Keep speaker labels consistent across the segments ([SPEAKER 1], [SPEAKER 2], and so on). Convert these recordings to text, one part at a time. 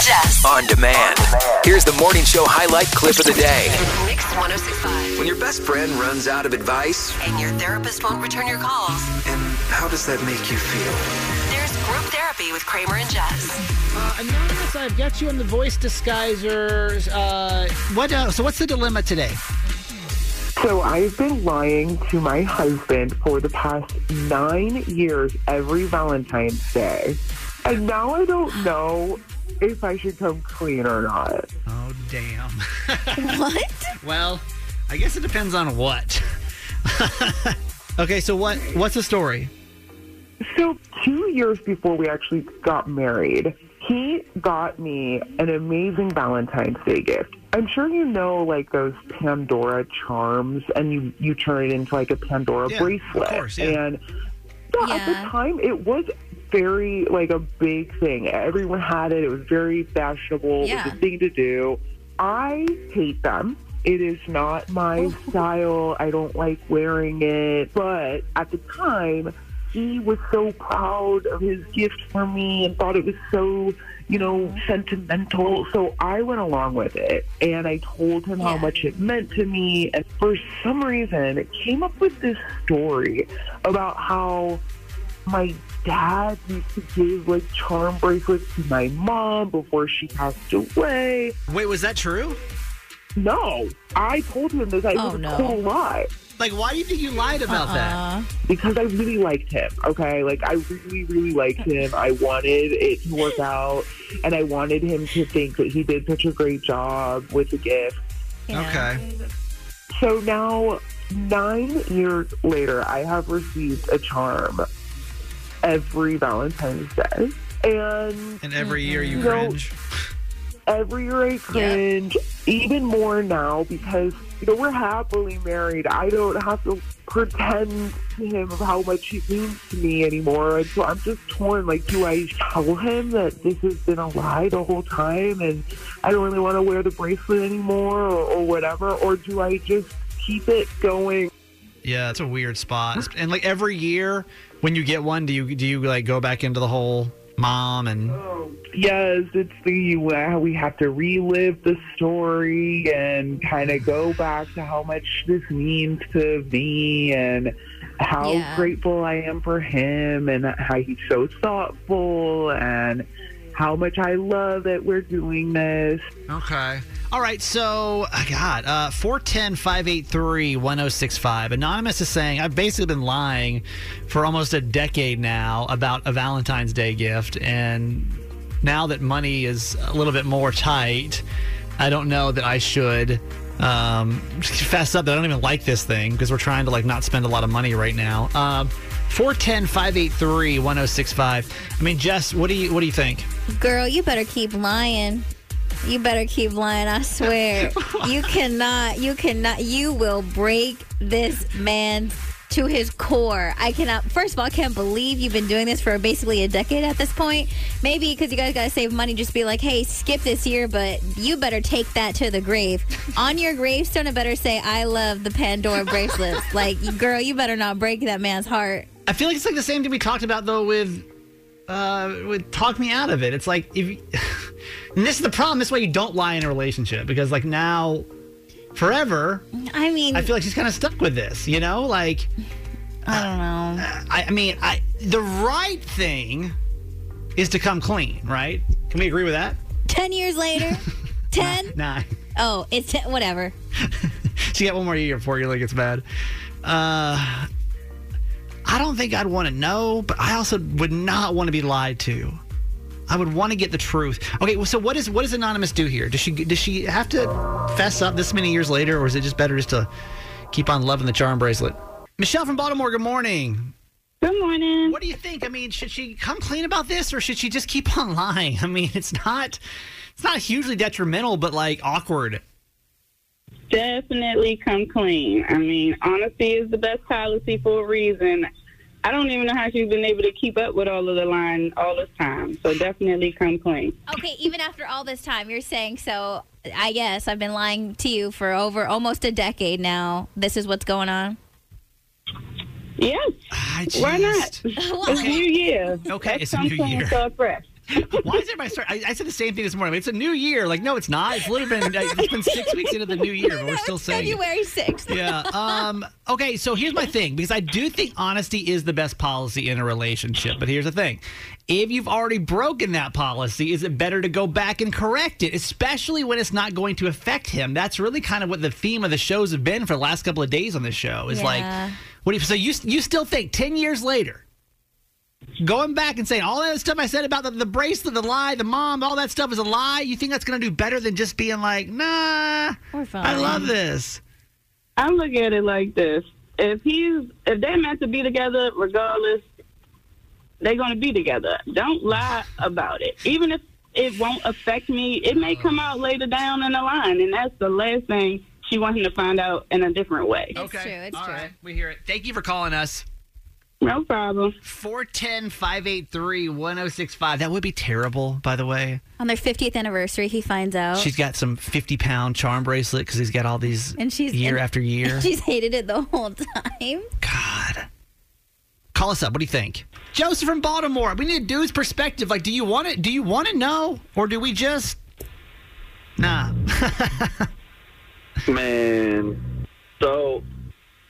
[SPEAKER 1] Jeffs.
[SPEAKER 2] On demand. Here's the morning show highlight clip of the day.
[SPEAKER 1] Mix 1065.
[SPEAKER 2] When your best friend runs out of advice,
[SPEAKER 1] And your therapist won't return your calls.
[SPEAKER 2] and how does that make you feel?
[SPEAKER 1] There's group therapy with Kramer and Jess.
[SPEAKER 3] Uh, Anonymous, I've got you in the voice disguisers. Uh, what? Uh, so, what's the dilemma today?
[SPEAKER 4] So I've been lying to my husband for the past nine years every Valentine's Day. And now I don't know if I should come clean or not.
[SPEAKER 3] Oh, damn.
[SPEAKER 5] What?
[SPEAKER 3] well, I guess it depends on what. okay, so what? What's the story?
[SPEAKER 4] So two years before we actually got married, he got me an amazing Valentine's Day gift. I'm sure you know like those Pandora charms and you, you turn it into like a Pandora
[SPEAKER 3] Yeah, of
[SPEAKER 4] bracelet.
[SPEAKER 3] course, yeah.
[SPEAKER 4] And yeah, at
[SPEAKER 5] Yeah.
[SPEAKER 4] the time it was very like a big thing. Everyone had it. It was very fashionable. It
[SPEAKER 5] Yeah.
[SPEAKER 4] was a thing to do. I hate them. It is not
[SPEAKER 5] Oh.
[SPEAKER 4] my style. I don't like wearing it. But at the time, he was so proud of his gift for me and thought it was so, you know,
[SPEAKER 5] Mm-hmm.
[SPEAKER 4] sentimental. So I went along with it and I told him how
[SPEAKER 5] Yeah.
[SPEAKER 4] much it meant to me. And for some reason, it came up with this story about how my dad used to give like charm bracelets to my mom before she passed away.
[SPEAKER 3] Wait, was that true?
[SPEAKER 4] No, I told him this. I
[SPEAKER 5] Oh,
[SPEAKER 4] was a
[SPEAKER 5] no.
[SPEAKER 4] total lie
[SPEAKER 3] Like, why do you think you lied about that?
[SPEAKER 5] Uh,
[SPEAKER 4] because I really liked him. Okay, like I really, really liked him. I wanted it to work out, and I wanted him to think that he did such a great job with the gift.
[SPEAKER 5] yeah.
[SPEAKER 3] Okay.
[SPEAKER 4] So now, nine years later, I have received a charm every Valentine's Day, and
[SPEAKER 3] And every year you
[SPEAKER 4] No.
[SPEAKER 3] cringe.
[SPEAKER 4] every year I cringe, even more now because you know we're happily married. I don't have to pretend to him of how much he means to me anymore, and so I'm just torn. Like, do I tell him that this has been a lie the whole time, and I don't really want to wear the bracelet anymore, or, or whatever, or do I just keep it going?
[SPEAKER 3] Yeah, it's a weird spot. And like every year when you get one, do you do you like go back into the whole mom and
[SPEAKER 4] Yes, it's the uh, we have to relive the story and kind of go back to how much this means to me and how
[SPEAKER 5] Yeah.
[SPEAKER 4] grateful I am for him and how he's so thoughtful and how much I love that we're doing this.
[SPEAKER 3] Okay. All right. So, uh, God, uh, 410 583 1065. Anonymous is saying, I've basically been lying for almost a decade now about a Valentine's Day gift. And now that money is a little bit more tight, I don't know that I should um, fess up that I don't even like this thing because we're trying to like not spend a lot of money right now. Um, 410 583 1065. I mean, Jess, what do you what do you think?
[SPEAKER 5] Girl, you better keep lying. You better keep lying, I swear. you cannot, you cannot, you will break this man to his core. I cannot, first of all, I can't believe you've been doing this for basically a decade at this point. Maybe because you guys got to save money, just be like, hey, skip this year, but you better take that to the grave. On your gravestone, it better say, I love the Pandora bracelets. like, girl, you better not break that man's heart.
[SPEAKER 3] I feel like it's like the same thing we talked about though with uh with talk me out of it. It's like if you, and this is the problem. This is why you don't lie in a relationship because like now forever,
[SPEAKER 5] I mean,
[SPEAKER 3] I feel like she's kind of stuck with this. You know, like
[SPEAKER 5] I don't know.
[SPEAKER 3] I, I mean, I the right thing is to come clean, right? Can we agree with that?
[SPEAKER 5] 10 years later, 10?
[SPEAKER 3] Nah,
[SPEAKER 5] Oh, it's whatever.
[SPEAKER 3] she got one more year before your leg gets bad. Uh, I don't think I'd want to know, but I also would not want to be lied to. I would want to get the truth. Okay, well, so what is what does anonymous do here? Does she does she have to fess up this many years later, or is it just better just to keep on loving the charm bracelet? Michelle from Baltimore. Good morning.
[SPEAKER 6] Good morning.
[SPEAKER 3] What do you think? I mean, should she come clean about this, or should she just keep on lying? I mean, it's not it's not hugely detrimental, but like awkward.
[SPEAKER 6] Definitely come clean. I mean, honesty is the best policy for a reason. I don't even know how she's been able to keep up with all of the line all this time. So definitely come clean.
[SPEAKER 5] Okay, even after all this time, you're saying so. I guess I've been lying to you for over almost a decade now. This is what's going on.
[SPEAKER 6] Yes,
[SPEAKER 3] I
[SPEAKER 6] Why not?
[SPEAKER 3] just-
[SPEAKER 6] it's new year.
[SPEAKER 3] Okay,
[SPEAKER 6] Let's
[SPEAKER 3] it's a
[SPEAKER 6] come
[SPEAKER 3] new
[SPEAKER 6] clean
[SPEAKER 3] year.
[SPEAKER 6] and start fresh.
[SPEAKER 3] Why is everybody start? I, I said the same thing this morning. It's a new year. Like, no, it's not. It's literally been uh, it's been six weeks into the new year, but we're still saying. it.
[SPEAKER 5] February 6th.
[SPEAKER 3] Yeah. Um, okay. So here's my thing because I do think honesty is the best policy in a relationship. But here's the thing if you've already broken that policy, is it better to go back and correct it, especially when it's not going to affect him? That's really kind of what the theme of the shows have been for the last couple of days on this show is
[SPEAKER 5] Yeah.
[SPEAKER 3] like, what do you, so you, you still think 10 years later, going back and saying all that stuff I said about the, the bracelet, the lie, the mom, all that stuff is a lie, you think that's going to do better than just being like, nah,
[SPEAKER 5] We're fine.
[SPEAKER 3] I love this?
[SPEAKER 6] I look at it like this: if he's if they're meant to be together, regardless, they're going to be together. Don't lie about it, even if it won't affect me. It may come out later down in the line, and that's the last thing she wants him to find out in a different way.
[SPEAKER 5] It's true, it's
[SPEAKER 3] All
[SPEAKER 5] true.
[SPEAKER 3] right. We hear it. Thank you for calling us.
[SPEAKER 6] No problem.
[SPEAKER 3] 410 583 1065. That would be terrible, by the way.
[SPEAKER 5] On their 50th anniversary, he finds out.
[SPEAKER 3] She's got some 50 pound charm bracelet because he's got all these
[SPEAKER 5] and she's
[SPEAKER 3] year
[SPEAKER 5] and-
[SPEAKER 3] after year.
[SPEAKER 5] She's hated it the whole time.
[SPEAKER 3] God. Call us up. What do you think? Joseph from Baltimore. We need a dude's perspective. Like, do you want it? Do you want to know? Or do we just. Nah.
[SPEAKER 7] Man. So,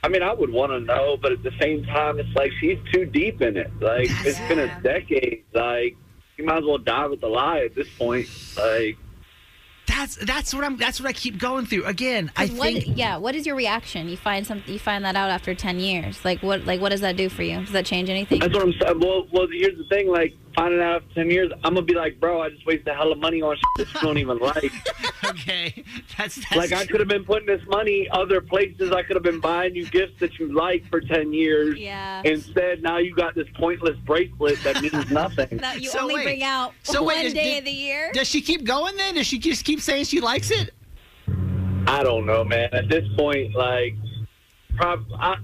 [SPEAKER 7] I mean, I would want to know, but at the same time, it's like she's too deep in it. Like, it's been a decade. Like, you might as well die with the lie at this point. Like,
[SPEAKER 3] That's that's what I'm that's what I keep going through. Again, I
[SPEAKER 5] 'Cause what,
[SPEAKER 3] think
[SPEAKER 5] yeah. What is your reaction? You find some. You find that out after 10 years. Like what? Like what does that do for you? Does that change anything?
[SPEAKER 3] Uh,
[SPEAKER 7] that's what I'm saying. Well, well, here's the thing. Like, finding out after 10 years, I'm going to be like, bro, I just wasted a hell of money on shit that you don't even like.
[SPEAKER 3] okay. That's, that's
[SPEAKER 7] Like, I could have been putting this money other places. I could have been buying you gifts that you like for 10 years.
[SPEAKER 5] Yeah.
[SPEAKER 7] Instead, now you got this pointless bracelet that means nothing.
[SPEAKER 5] That you
[SPEAKER 3] So
[SPEAKER 5] only
[SPEAKER 3] wait.
[SPEAKER 5] bring out
[SPEAKER 3] So wait,
[SPEAKER 5] one
[SPEAKER 3] is-
[SPEAKER 5] day
[SPEAKER 3] did-
[SPEAKER 5] of the year.
[SPEAKER 3] Does she keep going then? Does she just keep saying she likes it?
[SPEAKER 7] I don't know, man. At this point, like, prob- I,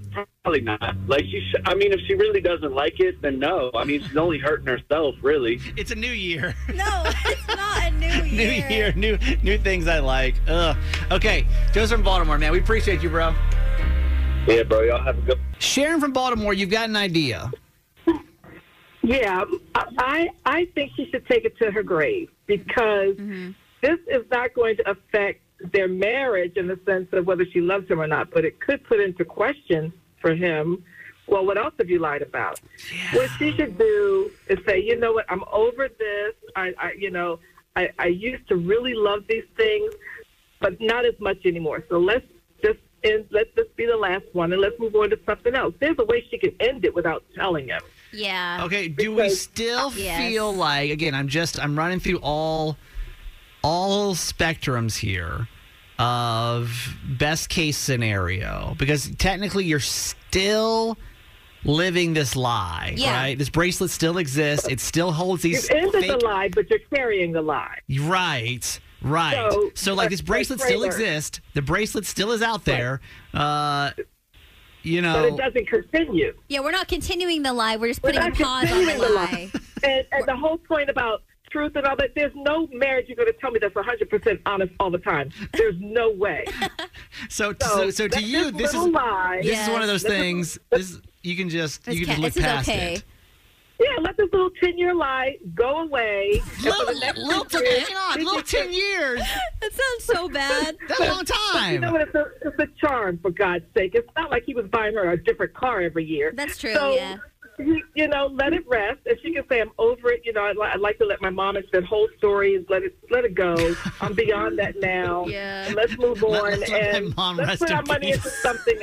[SPEAKER 7] probably not. Like, she. Sh- I mean, if she really doesn't like it, then no. I mean, she's only hurting herself, really.
[SPEAKER 3] It's a new year.
[SPEAKER 5] no, it's not a new
[SPEAKER 3] new
[SPEAKER 5] year.
[SPEAKER 3] year, new new things I like. Ugh. Okay, Joe's from Baltimore, man. We appreciate you, bro.
[SPEAKER 7] Yeah, bro. Y'all have a good.
[SPEAKER 3] Sharon from Baltimore, you've got an idea.
[SPEAKER 8] Yeah, I I think she should take it to her grave because this is not going to affect their marriage in the sense of whether she loves him or not, but it could put into question for him. Well, what else have you lied about? What she should do is say, you know what, I'm over this. I, I you know, I, I used to really love these things, but not as much anymore. So let's just end. Let this be the last one, and let's move on to something else. There's a way she can end it without telling him.
[SPEAKER 5] Yeah.
[SPEAKER 3] Okay, do we still
[SPEAKER 5] Yes.
[SPEAKER 3] feel like again, I'm just I'm running through all all spectrums here of best case scenario because technically you're still living this lie,
[SPEAKER 5] Yeah.
[SPEAKER 3] right? This bracelet still exists. It still holds these
[SPEAKER 8] You've ended the
[SPEAKER 3] fake-
[SPEAKER 8] lie, but you're carrying the lie.
[SPEAKER 3] Right. Right. So,
[SPEAKER 8] So,
[SPEAKER 3] like
[SPEAKER 8] but-
[SPEAKER 3] this
[SPEAKER 8] but
[SPEAKER 3] bracelet still
[SPEAKER 8] Kramer-
[SPEAKER 3] exists. The bracelet still is out there. Uh you
[SPEAKER 8] But
[SPEAKER 3] know
[SPEAKER 8] it doesn't continue.
[SPEAKER 5] Yeah, we're not continuing the lie. We're just
[SPEAKER 8] We're
[SPEAKER 5] putting a
[SPEAKER 8] not
[SPEAKER 5] pause on the
[SPEAKER 8] continuing the
[SPEAKER 5] lie.
[SPEAKER 8] And, and the whole point about truth and all that, there's no marriage you're going to tell me that's 100% honest all the time. There's no way.
[SPEAKER 3] so so,
[SPEAKER 8] So,
[SPEAKER 3] so to
[SPEAKER 8] that-
[SPEAKER 3] you this
[SPEAKER 8] little
[SPEAKER 3] is
[SPEAKER 8] lie.
[SPEAKER 3] this is one of those
[SPEAKER 8] This is-
[SPEAKER 3] things this you can just
[SPEAKER 5] This
[SPEAKER 3] you
[SPEAKER 5] ca-
[SPEAKER 3] can just
[SPEAKER 5] this
[SPEAKER 3] look
[SPEAKER 5] is
[SPEAKER 3] past
[SPEAKER 5] okay.
[SPEAKER 3] it.
[SPEAKER 8] Yeah, let this little 10 year lie go away. And for
[SPEAKER 3] Little,
[SPEAKER 8] the next
[SPEAKER 3] little,
[SPEAKER 8] six years,
[SPEAKER 3] hang on,
[SPEAKER 8] you
[SPEAKER 3] little
[SPEAKER 8] just-
[SPEAKER 3] ten years.
[SPEAKER 5] That sounds so bad.
[SPEAKER 3] That's a long
[SPEAKER 8] You know
[SPEAKER 3] time.
[SPEAKER 8] what? It's a, it's a charm, for God's sake. It's not like he was buying her a different car every year.
[SPEAKER 5] That's true.
[SPEAKER 8] So,
[SPEAKER 5] yeah.
[SPEAKER 8] you, you know, let it rest. If she can say, "I'm over it," you know, I'd, li- I'd like to let my mom into that whole story and let it let it go. I'm beyond that now.
[SPEAKER 5] Yeah.
[SPEAKER 8] And let's move on
[SPEAKER 3] Let- let's let my
[SPEAKER 8] and
[SPEAKER 3] mom
[SPEAKER 8] let's
[SPEAKER 3] rest
[SPEAKER 8] put
[SPEAKER 3] in
[SPEAKER 8] our money
[SPEAKER 3] peace.
[SPEAKER 8] into something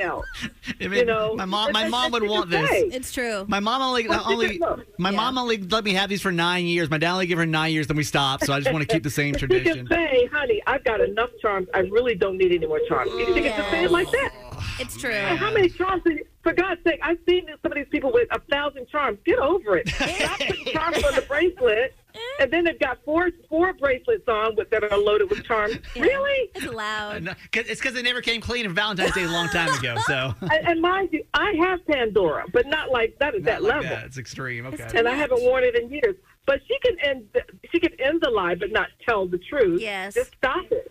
[SPEAKER 8] else.
[SPEAKER 3] I mean,
[SPEAKER 8] You know,
[SPEAKER 3] my mom
[SPEAKER 8] And
[SPEAKER 3] my
[SPEAKER 8] that's
[SPEAKER 3] mom
[SPEAKER 8] what
[SPEAKER 3] would
[SPEAKER 8] you
[SPEAKER 3] want
[SPEAKER 8] can
[SPEAKER 3] this.
[SPEAKER 8] say.
[SPEAKER 5] It's true.
[SPEAKER 3] My mom only
[SPEAKER 8] What's the
[SPEAKER 3] only
[SPEAKER 8] difference?
[SPEAKER 3] my
[SPEAKER 5] Yeah.
[SPEAKER 3] mom only let me have these for nine years. My dad only gave her nine years, then we stopped. So I just want to keep the same
[SPEAKER 8] She can
[SPEAKER 3] tradition.
[SPEAKER 8] say, "Honey, I've got enough charms. I really don't need any more charms." You think it's just say it like that?
[SPEAKER 5] It's true.
[SPEAKER 8] How many charms? do you- for God's sake, I've seen some of these people with a thousand charms. Get over it. Stop putting charms on the bracelet. And then they've got four four bracelets on with, that are loaded with charms. Really?
[SPEAKER 5] It's loud.
[SPEAKER 3] No, 'cause- it's because they never came clean on Valentine's Day a long time ago. So
[SPEAKER 8] and, and mind you, I have Pandora, but not like that at
[SPEAKER 3] Not
[SPEAKER 8] that
[SPEAKER 3] like
[SPEAKER 8] level.
[SPEAKER 3] That. It's extreme. Okay.
[SPEAKER 8] And I haven't worn it in years. But she can end. the- She can end the lie, but not tell the truth.
[SPEAKER 5] Yes.
[SPEAKER 8] Just stop it.